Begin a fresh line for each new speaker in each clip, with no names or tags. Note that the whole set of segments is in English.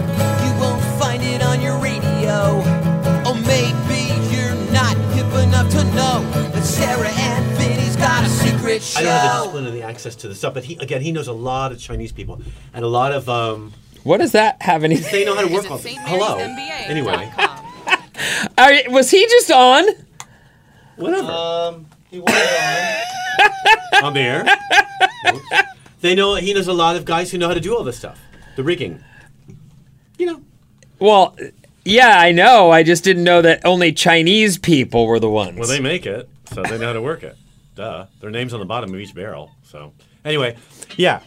You won't find it on your radio. Or maybe you're not hip enough to know that Sarah and Vinny's got a secret
I don't have the
show.
discipline and the access to the stuff, but he again, he knows a lot of Chinese people and a lot of um,
What does that have anything?
they know how to work
Visit
on.
St. Mary's
Hello,
MBA.
anyway,
Are, was he just on?
whatever. Um, he was on. air. Whoops. They know he knows a lot of guys who know how to do all this stuff, the rigging. You know,
Well, yeah, I know. I just didn't know that only Chinese people were the ones.
well, they make it, so they know how to work it. Duh, their names on the bottom of each barrel. So anyway, yeah,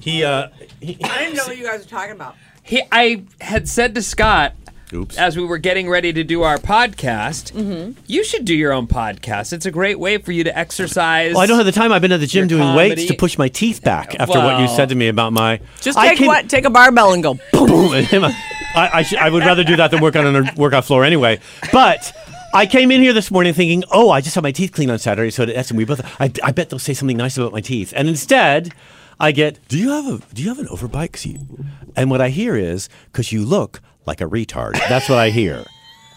he. Uh, he
I didn't know what you guys were talking about.
he, I had said to Scott
oops.
as we were getting ready to do our podcast,
Mm-hmm.
you should do your own podcast. It's a great way for you to exercise.
Well, I don't have the time. I've been at the gym
Your
doing weights
comedy-
to push my teeth back after what you
Well-
said to me about my.
Just
I
take
can-
what? Take a barbell and go.
Boom, and him- I, I, should- I would rather do that than work on a workout floor anyway. But I came in here this morning thinking, oh, I just had my teeth cleaned on Saturday, so that's and we both. I, I bet they'll say something nice about my teeth, and instead, I get, do you have a do you have an overbite? 'Cause you-" And what I hear is, because you look like a retard. That's what I hear.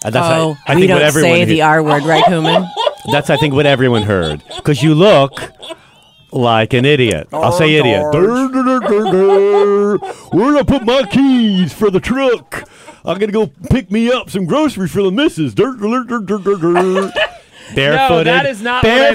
And that's I-
Oh,
I, think what everyone hear-
R word, right, Human?
That's I think what everyone heard because you look like an idiot. I'll say
Oh,
idiot. Durr, durr, durr, durr, durr. Where would I put my keys for the truck? I'm gonna go pick me up some groceries for the missus. Durr, durr, durr, durr, durr, durr. Barefooted.
that is not what I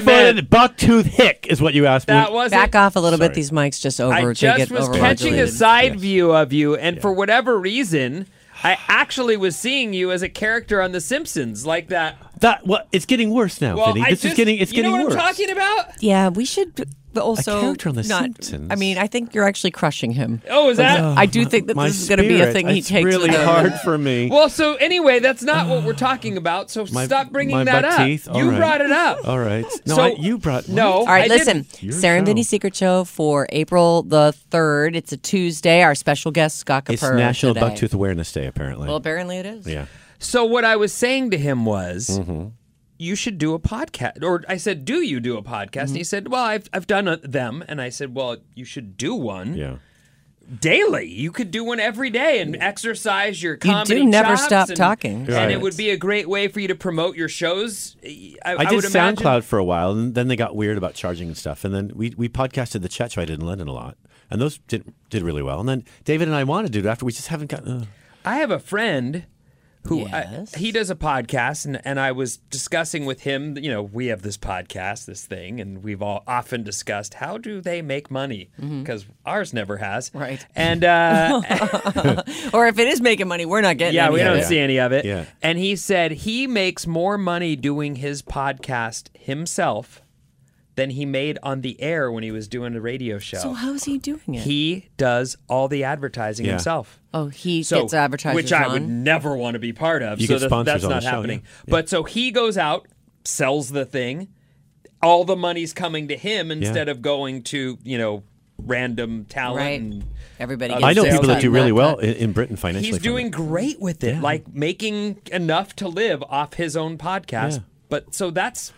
barefooted.
meant.
Bucktooth hick is what you asked me.
That wasn't.
Back off a little
Sorry.
bit. These mics just over.
I
they
just
get
was
over
catching a
overregulated.
side
Yes.
view of you, and for whatever reason, I actually was seeing you as a character on The Simpsons, like that.
That well, it's getting worse now,
Well,
Vinny.
I
This is
just-
getting it's
you
getting
know
worse.
what I'm talking about?
Yeah, we should b- also
character on The
not,
Simpsons.
I mean, I think you're actually crushing him.
Oh, is that?
I do think that
My
this is going to be a
spirit,
thing he
it's
takes.
really
with him.
hard for me.
Well, so anyway, that's not what we're talking about. So
My-
stop bringing
my
that
butt
up.
teeth? All
You
right.
brought it up.
All right. No,
So-
I, you brought
No.
All right,
I
listen.
Your
Sarah and
show.
Vinny Secret Show for April the third. It's a Tuesday. Our special guest Scott Kapur.
It's National
today.
Bucktooth Awareness Day, apparently.
Well, apparently it is.
yeah.
So what I was saying to him was,
Mm-hmm.
you should do a podcast. Or I said, do you do a podcast? And
Mm-hmm.
he said, well, I've I've done uh, them. And I said, well, you should do one
Yeah.
daily. You could do one every day and exercise your comedy.
do never
chops
stop
and-
talking.
Right.
And it would be a great way for you to promote your shows. I,
I
I
did
would
SoundCloud
imagine.
for a while, and then they got weird about charging and stuff. And then we, we podcasted the chat show I did in London a lot, and those did did really well. And then David and I wanted to do it after. We just haven't gotten. Uh,
I have a friend who I-
Yes.
he does a podcast, and, and I was discussing with him. You know, we have this podcast, this thing, and we've all often discussed how do they make money because ours never has,
Right.
And uh,
Or if it is making money, we're not getting.
yeah, we
any of
don't
it.
see any of it.
Yeah.
And he said he makes more money doing his podcast himself than he made on the air when he was doing a radio show.
So how's he doing it?
he does all the advertising
Yeah.
himself.
oh, he
So,
gets advertisers
which I
on.
would never want to be part of.
You
so
get
that-
sponsors
that's
on the
not
show,
happening.
yeah. Yeah.
But so he goes out, sells the thing. All the money's coming to him instead of going to you know random talent.
Right.
And
Everybody.
I
Gets
I know
sales
people that do
team,
really well
It
in, in Britain financially.
he's
from it.
doing great with it, like making enough to live off his own podcast.
Yeah.
But so that's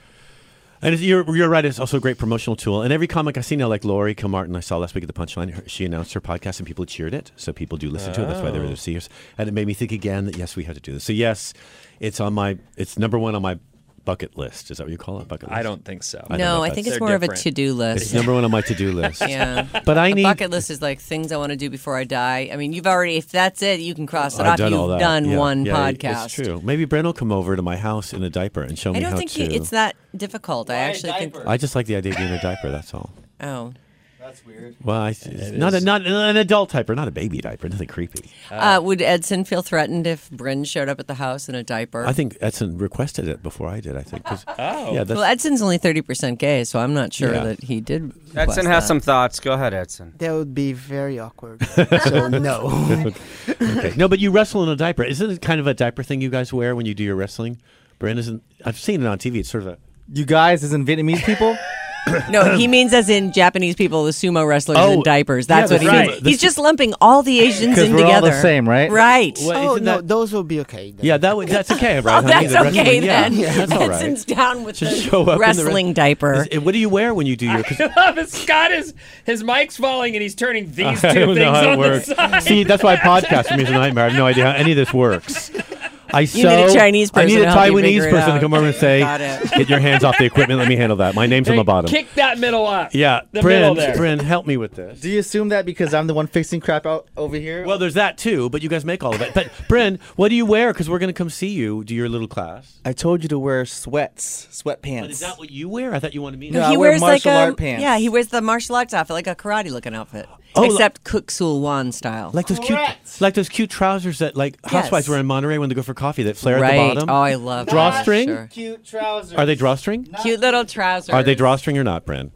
And it's- you're, you're right. It's also a great promotional tool. And every comic I've seen now, like Lori Kilmartin, I saw last week at the Punchline, her, she announced her podcast and people cheered it. So people do listen to it. That's why they
Oh.
were the seers. And it made me think again that, yes, we have to do this. So, yes, it's on my, it's number one on my bucket list. Is that what you call it? Bucket list.
I don't think so.
I don't know
no,
if
I think
that's-
it's
They're
more of a
different.
to-do
It's
list.
number one on my to-do list.
yeah.
But I
The
need
bucket list is like things I want to do before I die. I mean, you've already, if that's it, you can cross it
I've
off.
done
You've
all that.
done
Yeah.
one
Yeah, it-
podcast.
It's true. Maybe Brent will come over to my house in a diaper and show
I
me
don't
how
think
to.
you, it's that difficult. I actually think.
I just like the idea of being a diaper. That's all.
Oh,
That's weird.
Well, I, it's not a, not an adult diaper, not a baby diaper. Nothing creepy.
uh, would Edson feel threatened if Bryn showed up at the house in a diaper?
I think Edson requested it before I did. I think. 'cause-
Oh.
yeah. That's,
well, Edson's only thirty percent gay, so I'm not sure
Yeah.
that he did. request
Edson has
that.
some thoughts. Go ahead, Edson.
That would be very awkward. so no.
okay. No, but you wrestle in a diaper. Isn't it kind of a diaper thing you guys wear when you do your wrestling? Brent isn't. I've seen it on TV. It's sort of a.
You guys, as in Vietnamese people,
No, he means as in Japanese people, the sumo wrestlers
Oh,
in diapers. That's
yeah,
what he
the sumo-
means.
the
He's
su-
just lumping all the Asians
because
in
we're all
together.
the same, right?
Right.
Well,
Oh
isn't
no,
that-
those will be okay. Then.
yeah, that would, that's okay, right?
Oh,
honey?
that's
The wrestling-
okay
yeah,
then.
Yeah, that's all right.
Edson's down with
Just
the
show up in the rest-
wrestling diaper.
Is- what do you wear when you do your? 'cause-
Scott is his mic's falling and he's turning these two
I don't
things
know how it
on
works.
the side.
See, that's why podcast for me is a nightmare. I have no idea how any of this works. I
You need a Chinese
I need
person
a
to help you figure
Taiwanese
it
person to
out.
come over and say,
Got it.
"Get your hands off the equipment. Let me handle that. My name's on the bottom."
Kick that middle up.
yeah,
the middle
Bryn,
there.
Bryn, help me with this.
Do you assume that because I'm the one fixing crap out over here?
Well, there's that too, but you guys make all of it. But Bryn, what do you wear? Because we're gonna come see you do your little class.
I told you to wear sweats, sweatpants.
But is that what you wear? I thought you wanted me. to
No, I
he
wear
wears
martial
like a,
art pants.
Yeah, he wears the martial arts outfit, like a karate looking outfit.
Oh,
Except Cook Sul Wan style.
Like those cute,
Correct.
like those cute trousers that like housewives
Yes.
wear in Monterey when they go for coffee that flare
right.
at the bottom.
Oh, I love that,
Drawstring?
sure.
Cute trousers.
Are they drawstring?
Cute little trousers.
Are they drawstring or not, Bryn?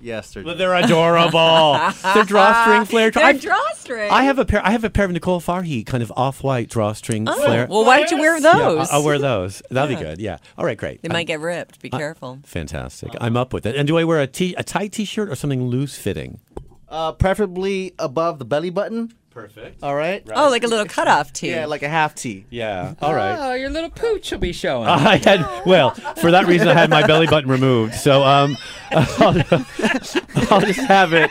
Yes, sir.
But they're adorable. they're drawstring flare.
They're
I've-
drawstring.
I have a pair. I have a pair of Nicole Farhi kind of off-white drawstring
Oh,
flare.
well, why don't you wear
Yeah,
those?
I- I'll wear those. That'll be good. Yeah. All right. Great.
They
I'm-
might get ripped. Be careful.
Fantastic. I'm up with it. And do I wear a t a tight t-shirt or something loose fitting?
Uh, preferably above the belly button.
Perfect.
All right.
Oh, like a little cutoff tee.
Yeah, like a half tee.
Yeah. All right.
Oh, your little pooch will be showing.
I had well for that reason I had my belly button removed. So um, I'll, I'll just have it.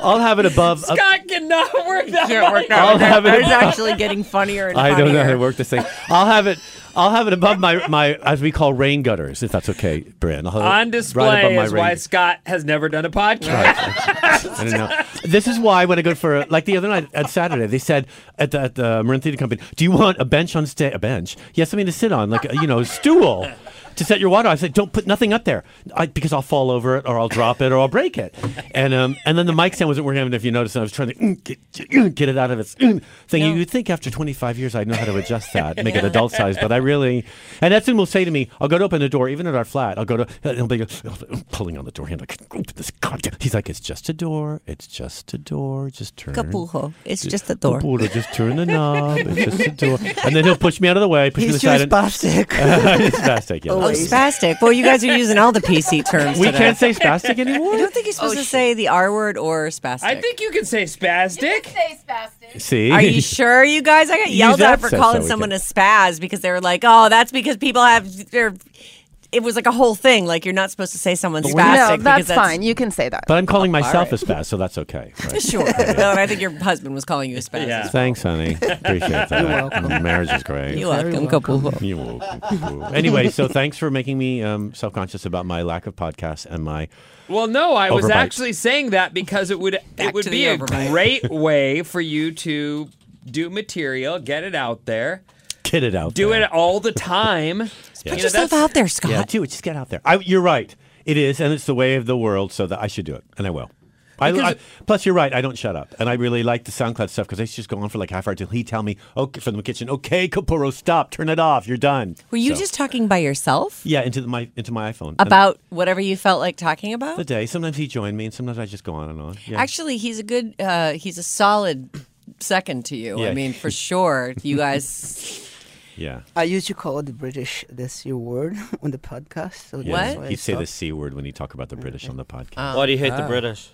I'll have it above. up-
Scott cannot work that
Can't work
I'll
out.
have it
That is
above-
actually getting funnier and
I
funnier.
don't know how to work this thing. I'll have it. I'll have it above my my as we call rain gutters, if that's okay, Bryn. I'll have it
on
right above
display
my
is
rain
why
gutter.
Scott has never done a podcast.
I don't know. This is why when I go for like the other night at Saturday, they said at the, at the Marin Theater Company, "Do you want a bench on stage? A bench? Yes, something to sit on, like a, you know, a stool." To set your water, I said, "Don't put nothing up there, I, because I'll fall over it, or I'll drop it, or I'll break it." And um, and then the mic stand wasn't working. I don't know if you noticed, and I was trying to mm, get, mm, get it out of its mm, thing. You'd think after 25 years, I'd know how to adjust that, make it adult size, but I really. And Edson will say to me, "I'll go to open the door, even at our flat. I'll go to." and He'll be like, pulling on the door handle. like, "Open This goddamn-" He's like, "It's just a door. It's just a door. Just turn."
Capujo. It's just a door.
Capujo, just turn the knob. It's just a door. And then he'll push me out of the way, push me
He's
aside.
just
and- Uh,
spastic.
He's spastic, yeah.
Oh, spastic. Well, you guys are using all the PC terms
We
today.
can't say spastic anymore.
I don't think you're
Oh,
supposed to say the R word or spastic.
I think you can say spastic.
See?
Are you sure, you guys? I got yelled at for
access
calling
so we
someone
can-
a spaz because they were like, "Oh, that's because people have their." It was like a whole thing. Like you're not supposed to say someone's spastic.
No,
because
that's fine. You can say that.
But I'm calling myself a spaz, so that's okay. right?
Sure. well, and I think your husband was calling you a spaz.
Yeah.
Thanks, honey. Appreciate that. You're welcome. Marriage is great.
You welcome, Capujo.
You're welcome. anyway, so thanks for making me um, self-conscious about my lack of podcasts and my.
Well, no, I was
Overbite.
actually saying that because it would it
Back
would
to
be
the
a
overbite.
great way for you to do material, get it out there,
Get it out.
do
there. Ah,
it all the time. You know,
Put yourself
that's-
out there, Scott.
Yeah, do it. Just get out there. I, you're right. It is, and it's the way of the world. So that I should do it, and I will. I, I, plus, you're right. I don't shut up, and I really like the SoundCloud stuff because they just go on for like half hour till he tell me, okay, from the kitchen, okay, Kaporo, stop, turn it off, you're done.
Were you
So-
just talking by yourself
yeah into the, my into my iPhone And
about whatever you felt like talking about?
the day? Sometimes he joined me, and sometimes I just go on and on. Yeah.
Actually, he's a good. Uh, he's a solid second to you.
Yeah.
I mean, for sure. You guys.
yeah.
I used to call the British this your word on the podcast. So
Yeah,
What? Oh.
that's why I
He'd say the
stopped.
Ah.
c word when he talk about the British on the podcast.
Why do you hate the British?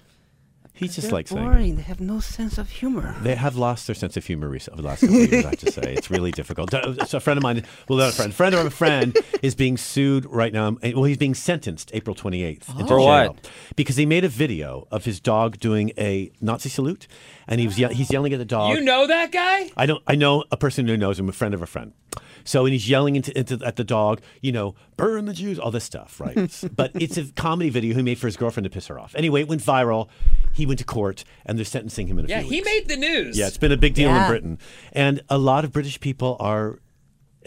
He's just
They're
like saying.
boring. They have no sense of humor.
They have lost their sense of humor recent, over the last couple of years, I have to say. It's really difficult. Uh, So a friend of mine, well, not a friend, friend of a friend is being sued right now. Uh, Well, he's being sentenced April 28th. into
For what?
jail Because he made a video of his dog doing a Nazi salute, and he was ye- he's yelling at the dog.
You know that guy?
I don't. I know a person who knows him, a friend of a friend. So and he's yelling into, into at the dog, you know, burn the Jews, all this stuff, right? but it's a comedy video he made for his girlfriend to piss her off. Anyway, it went viral. He went to court, and they're sentencing him in a
Yeah,
few
he
weeks.
made the news.
Yeah, it's been a big deal in
Yeah.
Britain, and a lot of British people are.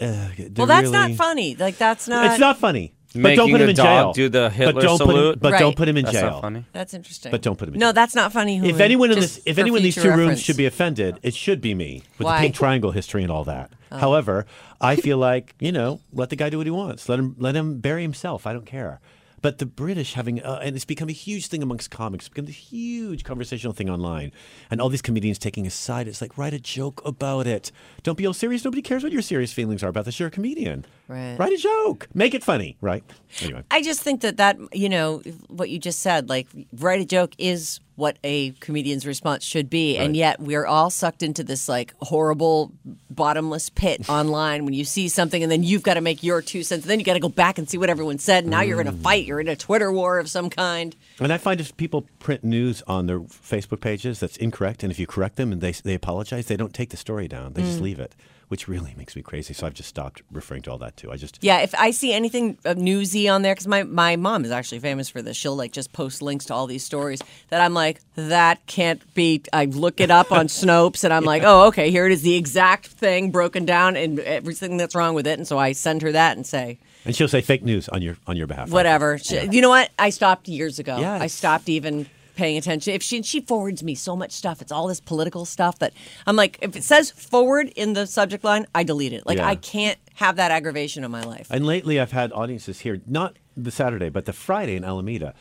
Uh,
Well, that's not uh, funny. Like that's not.
It's not funny. But don't
Making
put him
a
in
dog
jail.
do the
but
Hitler
don't Put him,
salute?
but don't
Right.
put him in
That's
jail.
not funny.
That's interesting.
But don't put him in
No,
jail.
that's not funny.
If
Hulu.
anyone in
Just
this, if
for
anyone in these two
future
rooms
reference.
should be offended, it should be me with
Why? Oh.
the pink triangle history and all that. However, I feel like you know, let the guy do what he wants. Let him let him bury himself. I don't care. But the British having, uh, and it's become a huge thing amongst comics. It's become a huge conversational thing online, and all these comedians taking a side. It's like write a joke about it. Don't be all serious. Nobody cares what your serious feelings are about this. You're a comedian.
Right.
Write a joke. Make it funny. Right. Anyway.
I just think that that you know what you just said, like write a joke is what a comedian's response should be, and yet we're all sucked into this like horrible bottomless pit online when you see something, and then you've got to make your two cents, and then you got to go back and see what everyone said. and Now you're in a
Mm.
fight, you're in a Twitter war of some kind.
And I find if people print news on their Facebook pages that's incorrect, and if you correct them and they, they apologize, they don't take the story down. They just
Mm.
leave it, which really makes me crazy. So I've just stopped referring to all that too. I just
Yeah, if I see anything uh, newsy on there, because my, my mom is actually famous for this. She'll like just post links to all these stories that I'm like, that can't be. I look it up on Snopes and I'm like, oh, okay, here it is, the exact thing broken down and everything that's wrong with it. And so I send her that and say,
and she'll say fake news on your on your behalf.
whatever. She- You know what? I stopped years ago.
Yeah,
I
it's-
stopped even paying attention. If she she forwards me so much stuff, it's all this political stuff that I'm like, if it says forward in the subject line, I delete it. Like
Yeah.
I can't have that aggravation in my life.
And lately, I've had audiences here, not the Saturday, but the Friday in Alameda.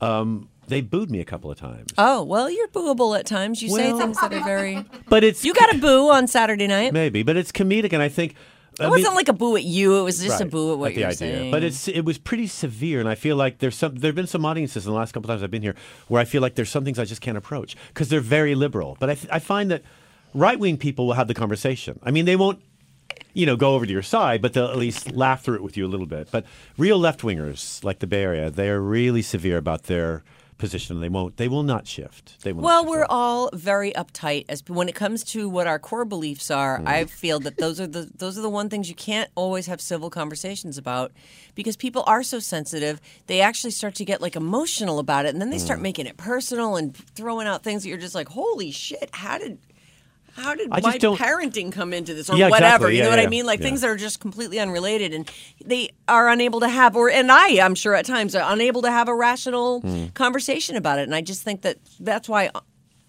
Um, they booed me a couple of times,
Oh, well, you're booable at times. You
Well-
say things that are very.
but it's
You got a boo on Saturday night.
maybe, but it's comedic, and I think. I
It
mean-
wasn't like a boo at you. It was just a
Right,
boo at what
the
you're
idea.
saying.
But it's it was pretty severe, and I feel like there's some there've been some audiences in the last couple times I've been here where I feel like there's some things I just can't approach because they're very liberal. But I, th- I find that right wing people will have the conversation. I mean, they won't. You know, go over to your side, but they'll at least laugh through it with you a little bit. But real left wingers, like the Bay Area, they are really severe about their position. They won't. They will not shift. They will. not
Well,
shift
we're
at all.
all very uptight as when it comes to what our core beliefs are.
Mm-hmm.
I feel that those are the those are the one things you can't always have civil conversations about because people are so sensitive. They actually start to get like emotional about it, and then they
Mm.
start making it personal and throwing out things that you're just like, "Holy shit! How did?" How did
I just
my
don't-
parenting come into this, or
Yeah, exactly.
whatever? You
Yeah,
know what
yeah,
I mean? Like
yeah.
things that are just completely unrelated, and they are unable to have, or and I, I'm sure at times, are unable to have a rational
Hmm.
conversation about it. And I just think that that's why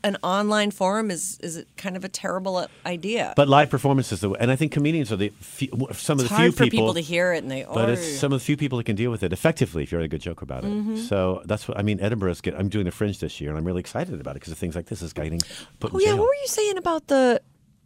an online forum is is kind of a terrible idea.
But live performances, the way- and I think comedians are the few, some of
it's
the
hard
few
for people to hear it, and they oh.
But
are.
it's some of the few people that can deal with it effectively if you're a good joke about it.
Mm-hmm.
So that's what I mean. Edinburgh's get. I'm doing the Fringe this year, and I'm really excited about it because of things like this. This guy getting put
oh
in
yeah,
jail.
what were you saying about the?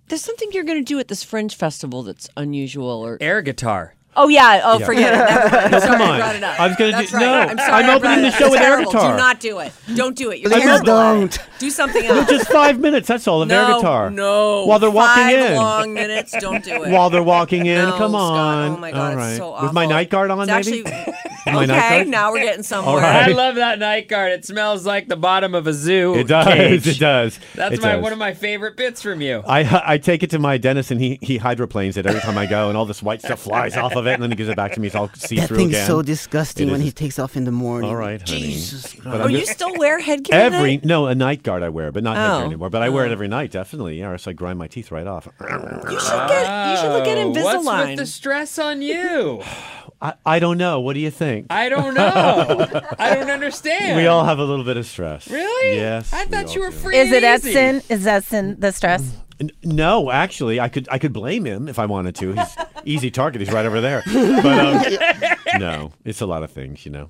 There's something you're going to do at this Fringe festival that's unusual, or
Air guitar.
oh yeah, oh forget it. Never mind. I'm sorry,
come
I
on.
brought it up.
I was gonna
That's
do-
right.
no,
I'm, sorry
I'm
I brought
opening
it
the
up.
show
It's
with air
terrible.
guitar.
Do not do it. Don't do it. You're
Please
terrible at it.
don't.
do something else.
Just five minutes. That's all of their
no,
guitar.
No,
While they're walking
Five
in.
long minutes. Don't do it.
While they're walking in.
No,
Come
Scott.
on.
Oh my god,
all right.
it's so awful.
With my night guard on,
It's
maybe.
Actually,
With my night
okay,
guard?
now we're getting somewhere.
All right.
I love that night guard. It smells like the bottom of a zoo.
It does.
cage.
It does.
That's
it
my
does.
one of my favorite bits from you.
I, I take it to my dentist and he, he hydroplanes it every time I go and all this white stuff flies off of it and then he gives it back to me so I'll see
That
through
thing's
again.
so disgusting
It
when
is.
he takes off in the morning.
All right, honey.
Jesus
But
Christ.
I'm
Oh, you
just-
still wear headgear?
Every
then?
no, a night guard I wear, but not headgear
Oh.
anymore. But I wear it every night, definitely. Yeah, or else I grind my teeth right off.
You should get. You should look at
Oh, What's with
Invisalign.
the stress on you?
I, I don't know. What do you think?
I don't know. I don't understand.
we all have a little bit of stress.
really?
Yes.
I
we
thought
all
you were
do.
free.
Is it
and easy.
Edson? Is Edson the stress?
N- No, actually, I could I could blame him if I wanted to. He's easy target. He's right over there. But um, no, it's a lot of things, you know.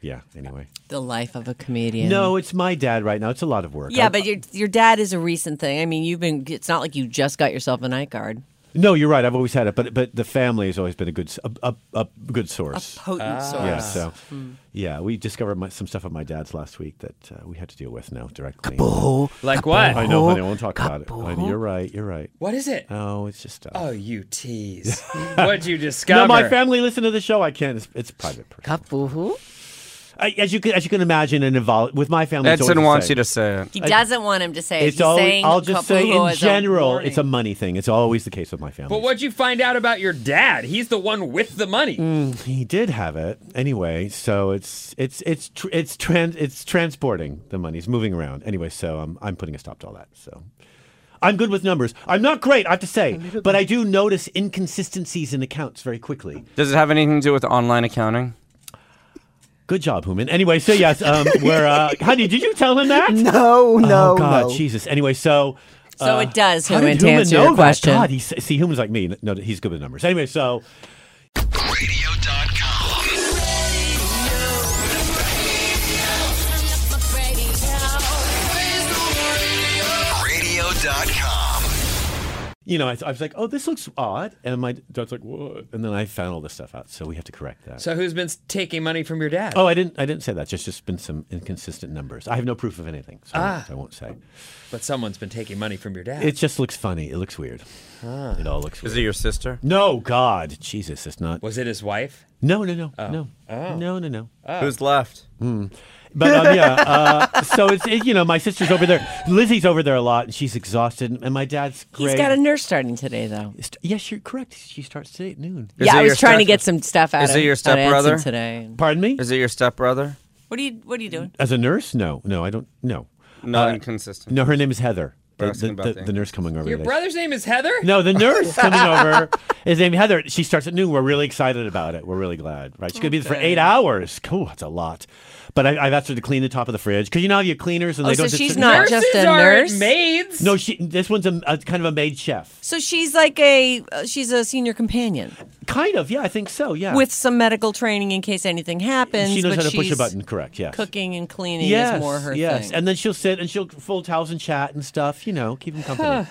Yeah. Anyway.
The life of a comedian.
No, it's my dad right now. It's a lot of work.
Yeah,
I-
but your your dad is a recent thing. I mean, you've been. It's not like you just got yourself a night guard.
No, you're right. I've always had it, but but the family has always been a good s- a, a, a good source.
Potent
Ah.
source.
yeah, so
Hmm.
yeah, we discovered my, some stuff of my dad's last week that uh, we had to deal with now directly.
Oh,
Like what?
I know, honey. I won't talk
Kaboom.
about it. Honey, you're right. You're right.
What is it?
Oh, it's just stuff.
Oh, you tease. What'd you discover?
no, my family listen to the show. I can't. It's, it's private. personal.
Kapuhu?
I, as you can, as you can imagine, and involved with my family. it's always
Edson
the
wants
same.
you to say it.
He doesn't want him to say it.
It's
He's
always,
saying
I'll just say
Kapuhu
in
is a-
general, it's a money thing. It's always the case with my family.
But what'd you find out about your dad? He's the one with the money.
He did have it anyway, so it's it's it's tr- it's trans it's transporting the money. It's moving around anyway, so um, I'm I'm putting a stop to all that. So I'm good with numbers. I'm not great, I have to say, but I do notice inconsistencies in accounts very quickly.
Does it have anything to do with online accounting?
Good job, Human. Anyway, so yes, um, we're uh, honey. Did you tell him that?
No, no,
oh God,
no.
Jesus. Anyway, so.
So it does,
How
Human,
did
to
Human
answer
know
your
that?
question.
God, he's, see, Human's like me. No, he's good with numbers. Anyway, so
Radio.com.
you know, I, I was like, "Oh, this looks odd," and my dad's like, "What?" And then I found all this stuff out, so we have to correct that.
So who's been s- taking money from your dad?
Oh, I didn't. I didn't say that. Just, just been some inconsistent numbers. I have no proof of anything, so
Ah.
I won't say.
But someone's been taking money from your dad.
It just looks funny. It looks weird. It all looks.
Ah. Is
weird.
it your sister?
No, God, Jesus, it's not.
Was it his wife?
No, no, no,
Oh.
no, no, no, no.
Who's left?
But um, yeah, uh, so it's it, you know my sister's over there. Lizzie's over there a lot, and she's exhausted. And my dad's great.
He's got a nurse starting today, though.
St- yes, you're correct. She starts today at noon.
Is it
yeah, I
your
was trying to
step-
get some stuff out
is
of
it your
out of Anson
stepbrother?
today.
Pardon me.
Is it your stepbrother?
What are you What are you doing?
As a nurse? No, no, I don't. No, Uh,
Not inconsistent.
no. Her name is Heather.
We're
The,
asking
the-
about
the-
things.
the nurse coming over.
Your
today.
brother's name is Heather?
No, the nurse coming over is named Heather. She starts at noon. We're really excited about it. We're really glad, right? She's gonna be there for eight hours. Cool, that's a lot. But I, I've asked her to clean the top of the fridge because you know how your cleaners and
Oh,
they
so
don't. just
she's
sit-
not
Nurses
just a
aren't
nurse.
maids.
No, she. This one's a, a kind of a maid chef.
So she's like a uh, she's a senior companion
Kind of, yeah, I think so. Yeah,
with some medical training in case anything happens.
she knows
but
how to push a
she's
button. Correct. Yes.
Cooking and cleaning
yes.
is more her
yes.
thing.
And then she'll sit and she'll fold towels and chat and stuff. You know, keep them company.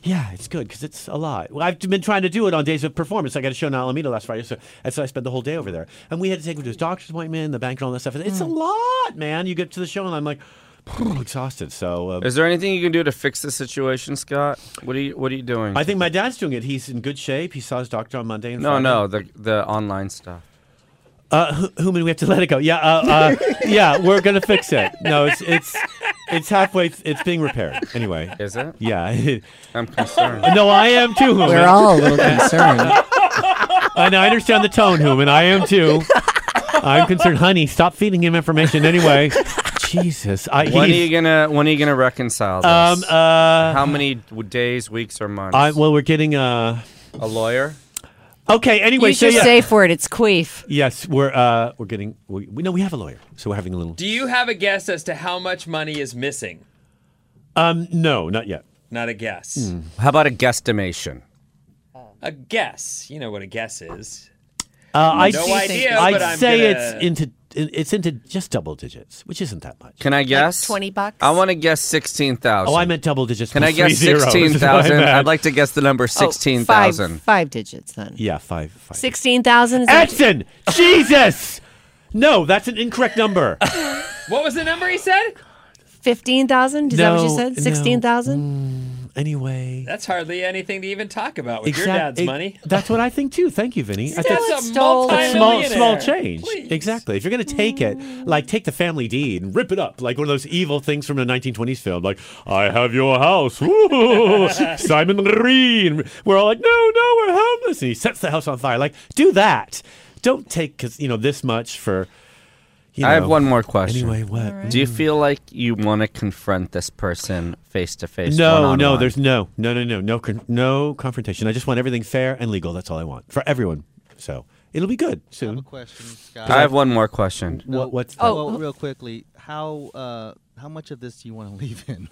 Yeah, it's good because it's a lot. Well, I've been trying to do it on days of performance. I got a show in Alameda last Friday, so that's why I spent the whole day over there. And we had to take him to his doctor's appointment, the bank, and all that stuff. And It's a
Mm.
lot, man. You get to the show, and I'm like exhausted. So uh,
Is there anything you can do to fix the situation, Scott? What are you What are you doing?
I think my dad's doing it. He's in good shape. He saw his doctor on Monday. And
no,
Friday.
no, Oh, the the online stuff.
Uh, Hu- Human, we have to let it go. Yeah, uh, uh, yeah, we're gonna fix it. No, it's it's it's halfway. It's being repaired anyway.
Is it?
Yeah.
I'm concerned.
no, I am too. Human.
We're all a little concerned.
I know. I understand the tone, Human. I am too. I'm concerned, honey. Stop feeding him information anyway. Jesus. I,
when are
he's-
you gonna When are you gonna reconcile this?
um. Uh.
How many w- days, weeks, or months?
I, well, we're getting. Uh.
a lawyer.
Okay. Anyway,
Use
so
your
yeah.
safe word. It's queef. Oh,
yes, we're uh we're getting. We, we no, we have a lawyer, so we're having a little.
Do you have a guess as to how much money is missing?
Um. No, not yet.
Not a guess.
Hmm.
How about a guesstimation?
A guess. You know what a guess is.
Uh, I'd,
No idea,
I'd
but I'm
say
gonna-
it's into it's into just double digits, which isn't that much.
Can I guess?
20 bucks?
I want to guess sixteen thousand.
Oh, I meant double digits.
Can I
with three
guess
zeros, is what I
sixteen thousand?
meant.
I'd like to guess the number sixteen thousand.
Oh, five, five digits then.
Yeah, five. five.
Sixteen thousand.
Edson, Jesus! No, that's an incorrect number.
What was the number he said?
Fifteen thousand. Is that what
No,
you said?
no. Mm.
Sixteen thousand.
Anyway,
That's hardly anything to even talk about with
exactly.
your dad's money.
That's what I think too. Thank you, Vinny. I think
That's a
stole it.
that's small,
multi-millionaire.
small change.
Please.
Exactly. If you're gonna take it, like take the family deed and rip it up, like one of those evil things from a 1920s film, like "I have your house, Woo! Simon Green." We're all like, "No, no, we're homeless," and he sets the house on fire. Like, do that. Don't take because you know this much for. You
I have
know.
one more question.
Anyway, what?
Do you feel like you want to confront this person face to face?
No, no,
one-on-one?
there's no, no, no, no, no, con- no confrontation. I just want everything fair and legal. That's all I want for everyone. So it'll be good soon.
question, Scott.
I have one more question.
What, what's
Oh.
well, real quickly, how uh, how much of this do you want to leave in?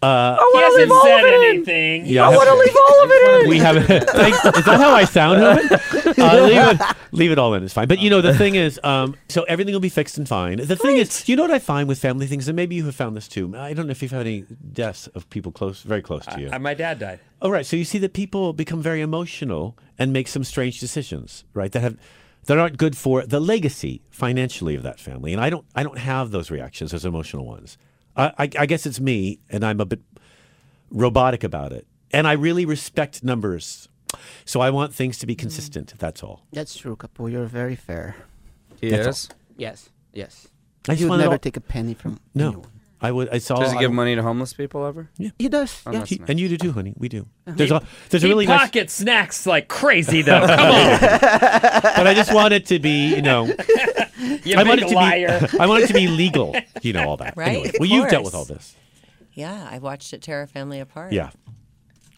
Oh,
he hasn't said anything.
Yeah, I
want to leave all of it in.
we have Thanks. Is that how I sound? Herman? Uh, leave, it, leave it all in. It's fine. But you know, the thing is, um, so everything will be fixed and fine. The thing is, you know what I find with family things, and maybe you have found this too. I don't know if you've had any deaths of people close, very close to you.
Uh, my dad died.
All Oh, right, so you see that people become very emotional and make some strange decisions, right? That have that aren't good for the legacy financially of that family. And I don't, I don't have those reactions, those emotional ones. I, I, I guess it's me, and I'm a bit robotic about it. And I really respect numbers, so I want things to be consistent. That's all.
That's true, Kapoor. You're very fair.
Yes.
Yes. Yes.
I just
He would
want it
never
all-
take a penny from
No,
anyone.
I would. I saw.
Does he
Oh, I
give
would-
money to homeless people ever?
He does. yeah.
that's
He-
nice.
and you do too, honey. We do. There's a there's a
He
really nice,
pocket snacks like crazy though. Come on,
but I just want it to be, you know,
you
I want it
big
to
liar.
be. I want it to be legal. You know all that,
Right?
Anyway,
Of
well, you've dealt with all
course.
this,
Yeah, I watched it tear a family apart.
yeah.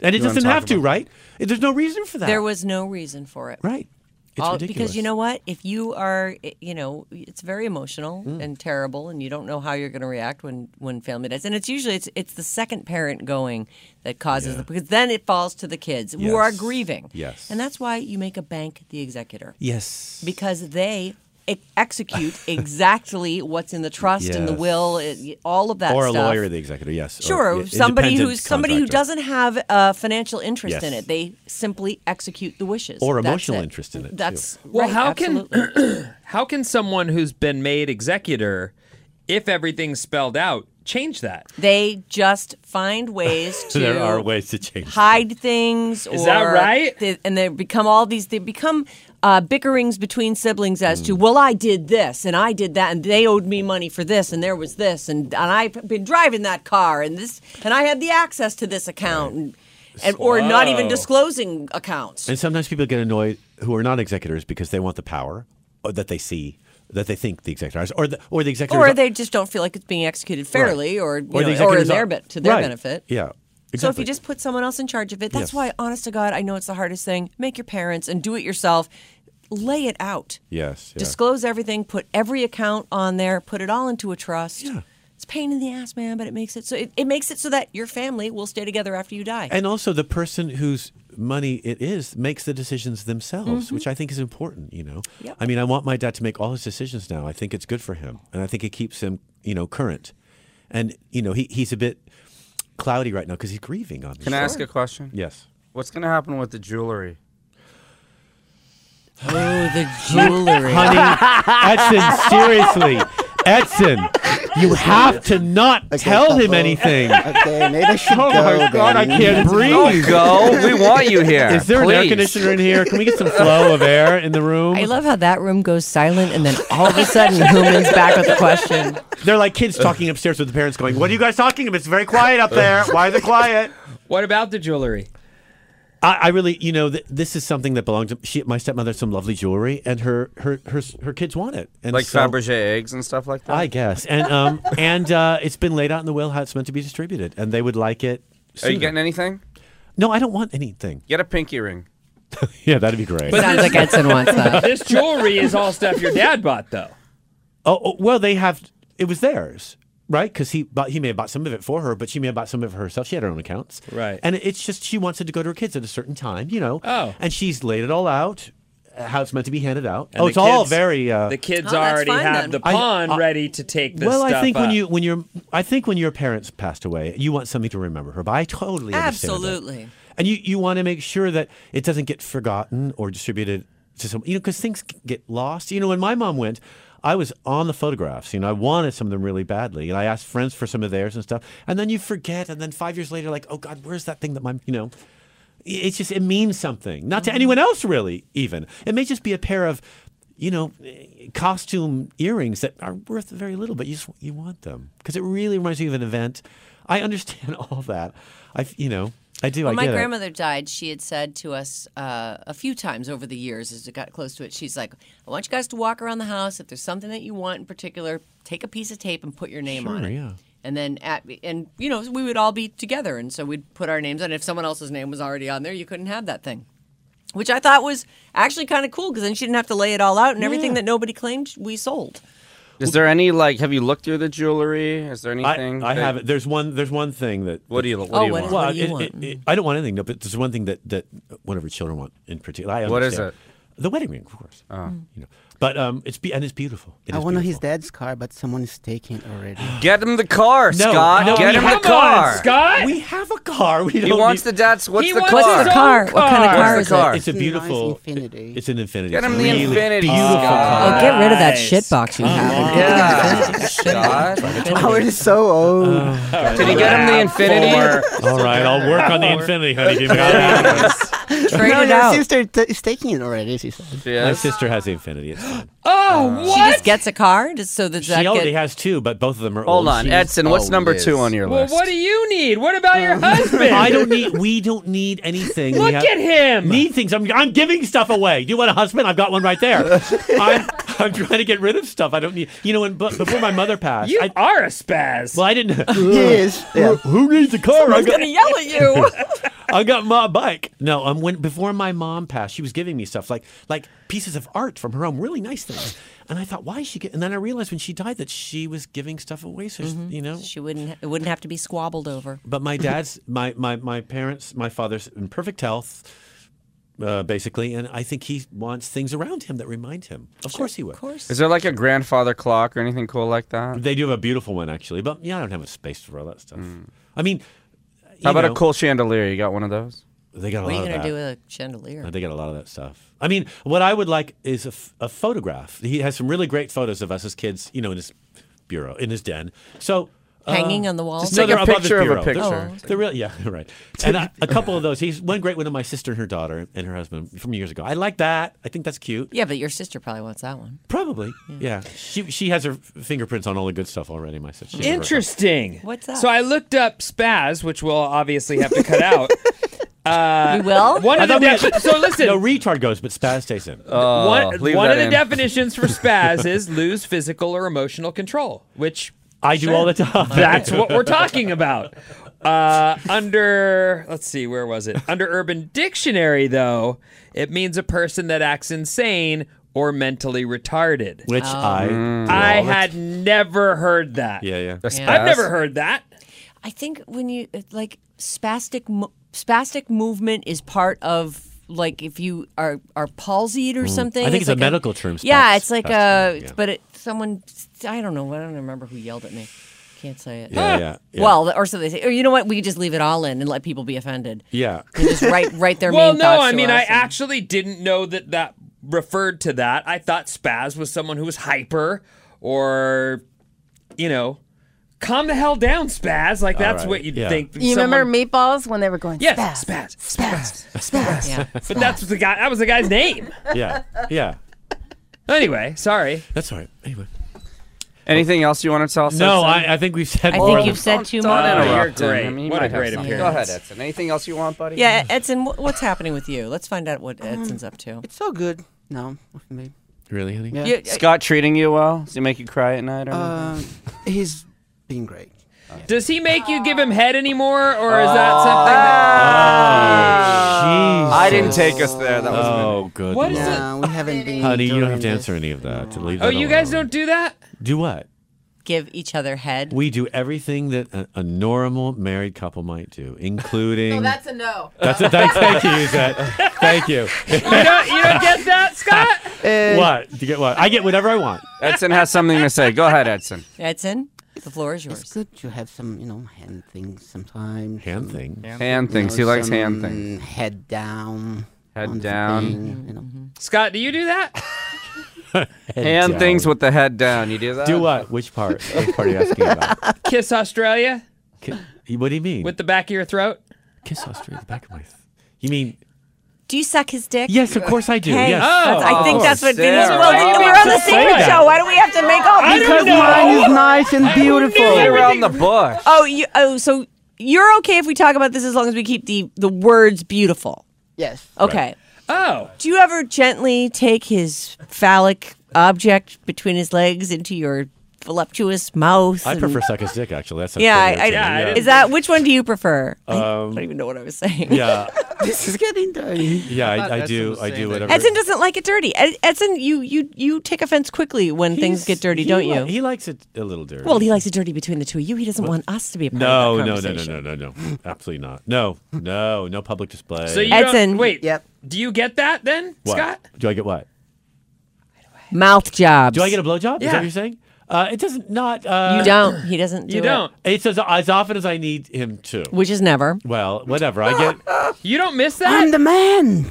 And it
wanna
doesn't
talk
have to,
about-
right? It- There's no reason for that.
There was no reason for it.
right. It's
All-
ridiculous.
because you know what? If you are, i- you know, it's very emotional
Mm.
and terrible, and you don't know how you're going to react when when family dies. And it's usually it's it's the second parent going that causes the because then it falls to the kids who are
Yes.
grieving.
Yes.
and that's why you make a bank the executor
Yes.
because they e- execute exactly what's in the trust and the
Yes.
will, it, all of that.
or a
stuff.
lawyer, the executor. Yes. or,
Sure,
yeah,
somebody
independent
who's somebody who
contractor.
doesn't have a financial interest
Yes.
in it. They simply execute the wishes
Or
That's
emotional
it.
interest in it, too.
That's
Well,
right,
how can-
absolutely.
How can someone who's been made executor, if everything's spelled out, change that?
They just find ways to
There are ways to change.
hide things.
Is that
or
right?
they- and they become all these. They become uh, bickerings between siblings as
Hmm.
to well, I did this and I did that, and they owed me money for this, and there was this, and and I've been driving that car, and this, and I had the access to this account, and, and or not even
Wow.
disclosing accounts.
And sometimes people get annoyed who are not executors because they want the power or that they see that they think the executor has, or the or the executor.
or they just don't feel like it's being executed fairly, or you know, or in their be- to their benefit.
Yeah. E- Exactly.
So if you just put someone else in charge of it, that's
Yes.
why, honest to God, I know it's the hardest thing. Make your parents and do it yourself. Lay it out.
yes, yeah.
Disclose everything. Put every account on there. Put it all into a trust.
Yeah.
It's a pain in the ass, man, but it makes it so it, it makes it so that your family will stay together after you die.
and also the person whose money it is makes the decisions themselves, which I think is important. You know,
Mm-hmm. Yep.
I mean, I want my dad to make all his decisions now. I think it's good for him, and I think it keeps him, you know, current. And you know, he he's a bit cloudy right now because he's grieving. Obviously.
Can I ask a question?
Yes.
What's gonna happen with the jewelry?
oh, the jewelry.
honey. Edson, seriously, Edson, you have to not tell him
couple.
anything.
Okay, maybe I should
Oh
go.
my God, I
then.
can't breathe.
Go. We want you here.
Is there an air conditioner in here? Can we get some flow of air in the room?
I love how that room goes silent, and then all of a sudden, Human's back with a question.
They're like kids talking upstairs with the parents, going, "What are you guys talking about? It's very quiet up there. Why is it quiet?"
What about the jewelry?
I, I really, you know, th- this is something that belongs to she, my stepmother. had Some lovely jewelry, and her her her, her kids want it, and
Like
so-
Fabergé eggs and stuff like that.
I guess, and um, and uh, it's been laid out in the will how it's meant to be distributed, and they would like it.
Are you
sooner.
getting anything?
No, I don't want anything.
Get a pinky ring.
Yeah, that'd be great.
But
Sounds like Edson wants that.
This jewelry is all stuff your dad bought, though.
Oh, oh, well, they have. It was theirs, right? Because he bought, he may have bought some of it for her, but she may have bought some of it for herself. She had her own accounts,
Right.
And it's just she wants it to go to her kids at a certain time, you know.
Oh.
and she's laid it all out, uh, how it's meant to be handed out.
And
oh,
the
it's all
kids-
very. Uh,
The kids
Oh, that's
already
fine,
have
then.
the
I-
pawn
I-
ready to take this
well,
stuff.
I think when
up.
you when your I think when your parents passed away, you want something to remember her by. I totally understand that.
Absolutely.
And you, you want to make sure that it doesn't get forgotten or distributed to some, you know, because things c- get lost. You know, when my mom went, I was on the photographs. You know, I wanted some of them really badly, and I asked friends for some of theirs and stuff. And then you forget, and then five years later, like, oh God, where's that thing that my, you know, i- it's just it means something, not to anyone else really. Even it may just be a pair of, you know, eh, costume earrings that are worth very little, but you just, you want them because it really reminds you of an event. I understand all that. I, you know, I do. I
When my
get it.
grandmother died, she had said to us uh, a few times over the years as it got close to it, she's like, I want you guys to walk around the house. If there's something that you want in particular, take a piece of tape and put your name on
Sure,
it.
yeah.
And then, at, and you know, we would all be together. And so we'd put our names on. If someone else's name was already on there, you couldn't have that thing. Which I thought was actually kind of cool because then she didn't have to lay it all out and everything that nobody claimed we sold.
Is there any like? Have you looked through the jewelry? Is there anything?
I, I
that-
haven't. There's one. There's one thing that.
What do you? What
Oh,
do you
what
want?
is-
Well,
do you
it-
want?
it- it- I don't want anything. No, but there's one thing that that whatever children want in particular. I
What is Oh.
understand. The wedding ring, of course. You know, but um, it's be- and it's beautiful. It
I
is
want his
beautiful.
dad's car, but someone is taking it already.
Get him the car,
No,
Scott.
no,
Get
we
him the
have-
Come
car.
on, Scott.
We have a car. We
He
don't
wants
need-
the dad's. What's
He
the
wants
car?
his own
car? What kind of
car.
car
Where's
is
the car?
It's a
Nice
beautiful.
Infinity.
It's an infinity.
Get him
It's
the
really
Infinity,
Beautiful
Scott.
car.
Oh, get rid of that
Nice.
shit box you
Oh,
have.
Yeah, Scott.
Oh, it is so
Uh,
old.
Did he get him the Infinity?
All right, I'll work on the Infinity, honey. Give me that.
Trade
no,
it
your
out.
sister t- is taking it already. She said.
Yes.
My sister has the Infinity. It's fine.
Oh,
She
what?
just gets a car, just so that
She
Zach
already
get-
has two, but both of them are
Hold
old.
on,
She's-
Edson. What's
Oh,
number
Liz.
two on your
Well,
list?
what do you need? What about your husband?
Um, I don't need. We don't need anything. We
Look
have-
at him.
Need things. I'm, I'm giving stuff away. Do you want a husband? I've got one right there. I'm, I'm trying to get rid of stuff. I don't need. You know, when bu- before my mother passed,
you
I,
are a spaz.
well, I didn't.
Yes. Yeah.
Who needs a car? I
I'm
got,
gonna yell at you.
I got my bike. No, um, when before my mom passed, she was giving me stuff like like pieces of art from her home, really nice things. And I thought, why is she? Get-? And then I realized when she died that she was giving stuff away. So she-
Mm-hmm.
you know,
She wouldn't. It wouldn't have to be squabbled over.
But my dad's, my, my, my parents, my father's in perfect health, uh, basically, and I think he wants things around him that remind him. Of course he would.
Of course.
Is there like a grandfather clock or anything cool like that?
They do have a beautiful one, actually, but yeah, I don't have a space for all that stuff. I mean, you
Mm. How about
know,
a cool chandelier? You got one of those?
They got a
What are
lot
you
of
gonna
that.
do with a chandelier?
Uh, They get a lot of that stuff. I mean, what I would like is a, f- a photograph. He has some really great photos of us as kids, you know, in his bureau, in his den. So uh,
Hanging on the wall?
just
Just
take a
they're above his
picture of a
bureau. They're-
picture.
They're, real, yeah, right. And a, a couple of those. He's one great one of my sister and her daughter and her husband from years ago. I like that. I think that's cute.
Yeah, but your sister probably wants that one.
Probably, yeah. She she has her f- fingerprints on all the good stuff already. My sister. She's a worker.
Interesting.
What's that?
So I looked up spaz, which we'll obviously have to cut out.
Uh,
we will.
One
I
of the
thought we
def-
had-
so listen.
No, retard goes, but spaz stays in.
Uh, one
Uh, leave
one
that
of the
in.
definitions for spaz is lose physical or emotional control, which
I do all the time.
That's what we're talking about. Uh, under, let's see, where was it? Under Urban Dictionary, though, it means a person that acts insane or mentally retarded.
which I do
I
all the
had
t-
never heard that.
yeah yeah.
That's
I've never heard that.
I think when you it's like spastic mo- spastic movement is part of like if you are are palsied or something.
Mm. I think it's a
like
medical term,
Yeah,
spas-
it's like
spastic
a.
movement, yeah.
But it, someone, I don't know. I don't remember who yelled at me. Can't say it.
Yeah, yeah, yeah.
Well, or so they say. Or you know what? We could just leave it all in and let people be offended.
Yeah.
And just write write their
Well,
mean
no,
thoughts
I
to
mean,
us
I
and-
actually didn't know that that referred to that. I thought spaz was someone who was hyper or, you know, calm the hell down, spaz. Like, that's
right,
what you'd
yeah.
think.
You
someone-
remember meatballs when they were going?
Yes,
spaz, spaz, spaz.
Yeah.
But that's the guy. That was the guy's name.
Yeah. Yeah.
Anyway, sorry.
That's all right. Anyway.
Anything else you want to tell us?
No,
Edson?
I, I think we've said.
I
more
think
than-
you've said too
Don't
much.
interrupt
you're
him.
great.
I mean, he
What a
might have
great
something. Go
appearance.
ahead, Edson. Anything else you want, buddy?
Yeah, Edson, wh- what's happening with you? Let's find out what Edson's up to.
It's so good. No, maybe.
Really, honey?
Yeah.
You-
Scott treating you well? Does he make you cry at night or anything?
Um, he's being great.
Does he make you give him head anymore, or is
Oh.
that something?
Ah.
That...
Jesus.
Uh, I didn't take us there. That was
Oh, good.
What is
Lord.
it?
No, we haven't been.
Honey, you don't
doing
have to
this.
answer any of that. To leave
Oh,
that
you guys
alone.
don't do that.
do what?
give each other head.
We do everything that a, a normal married couple might do, including.
That's a no.
That's it. Thank, thank you, Zach. Thank you.
You don't, you don't get that, Scott.
what? Do you get what? I get whatever I want.
Edson has something to say. Go ahead, Edson.
Edson, the floor is
It's
yours.
good to have some, you know, hand things sometimes.
Hand thing.
Hand things. He
You know,
likes hand
some
things.
Head down.
Head
on the
down.
thing, you know.
Scott, do you do that?
Hand
down.
things with the head down. You do that?
Do what? Which part? Which part are you asking about?
Kiss Australia
Ki- What do you mean?
with the back of your throat.
Kiss us through the back of my. Th- you mean?
Do you suck his dick?
Yes, of course I do.
Hey,
yes. Oh,
that's- I think that's what
Sarah.
Vinny's. Well,
Oh, Why do you
then
need
we're on
to
the
say
secret
that?
show. Why do we have to make all these?
Because mine is nice and
Beat
beautiful.
around the bush.
Oh, you, oh, so you're okay if we talk about this as long as we keep the the words beautiful.
Yes.
Okay.
Oh,
Do you ever gently take his phallic object between his legs into your voluptuous mouth.
I
and-
prefer suck his dick, actually. That's
Yeah, I, I,
Yeah, I
is
didn't-
that which one do you prefer? I
Um,
don't even know what I was saying.
yeah,
This is getting dirty.
yeah,
thought
I, I
Edson
do,
was
I do
saying that.
whatever.
Edson doesn't like it dirty. Ed- Edson, you you you take offense quickly when things
He's-
get dirty,
he
don't
li-
you?
He likes it a little dirty.
well, he likes it dirty between the two of you. He doesn't want us to be a part
no,
of that
no, no, no,
conversation.
no, no, no, absolutely not. No, no, no public display.
So you don't,
Edson.
wait.
Yep.
Do you get that then,
What?
Scott?
Do I get what?
Mouth jobs.
Do I get a blowjob? Is that
Yeah.
what you're saying? Uh, it doesn't not. Uh,
You don't. He doesn't. Do
you
it.
don't.
It's as, as often as I need him to.
Which is never.
Well, whatever. I get.
You don't miss that.
I'm the man.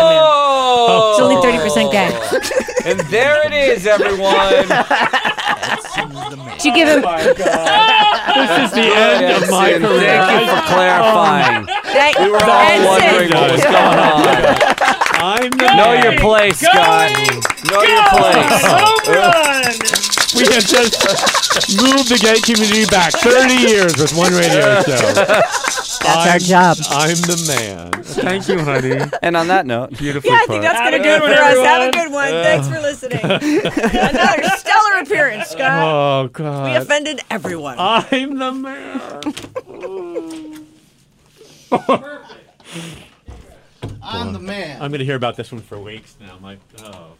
It's
oh,
only thirty percent gay.
And there it is, everyone.
Did you give him?
This is the end of my
Edson, Thank you
career.
for clarifying.
That,
We were all wondering what was going on.
I'm
Know
the
your place, Scott. Know your place.
We have just moved the gay community back 30 years with one radio show. That's
our job.
I'm the man.
Thank you, honey.
And on that note,
Yeah, I think that's
Have
gonna
a
do it
good
for
one,
us. Have a
everyone.
good one. Thanks for listening. Another stellar appearance, Scott.
Oh,
We
God.
offended everyone.
I'm the man.
I'm the man.
I'm going to hear about this one for weeks now. My, oh,